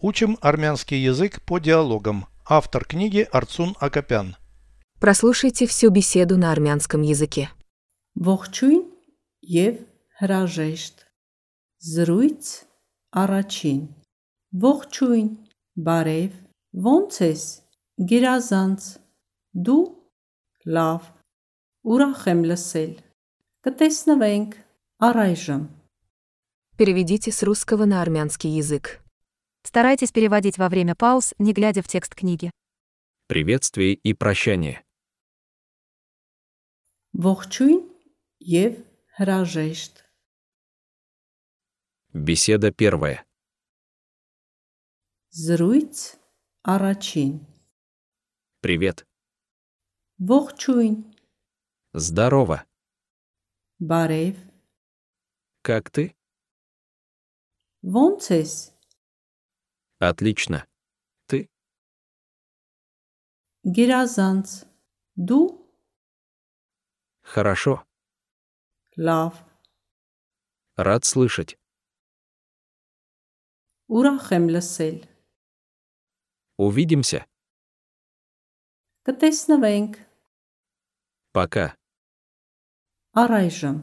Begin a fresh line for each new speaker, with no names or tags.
Учим армянский язык по диалогам. Автор книги Арцун Акопян.
Прослушайте всю беседу на армянском языке.
Ողջույն եւ հրաժեշտ զրույց առաջին Ողջույն բարև ո՞նց ես գերազանց դու լավ ուրախ եմ լսել կտեսնվենք առայժմ
Переведите с русского на армянский язык.
Старайтесь переводить во время пауз, не глядя в текст книги.
приветствие и прощание.
Ողջույն եւ հրաժեշտ
Беседа первая.
զրույց առաջին
Привет.
Ողջույն
Здорово.
բարև
Как ты?
ո՞նց ես
Отлично. Ты?
գերազանց դու
Хорошо.
լավ
Рад слышать.
ուրախ եմ լսել
Увидимся.
կտեսնվենք
Пока.
առայժմ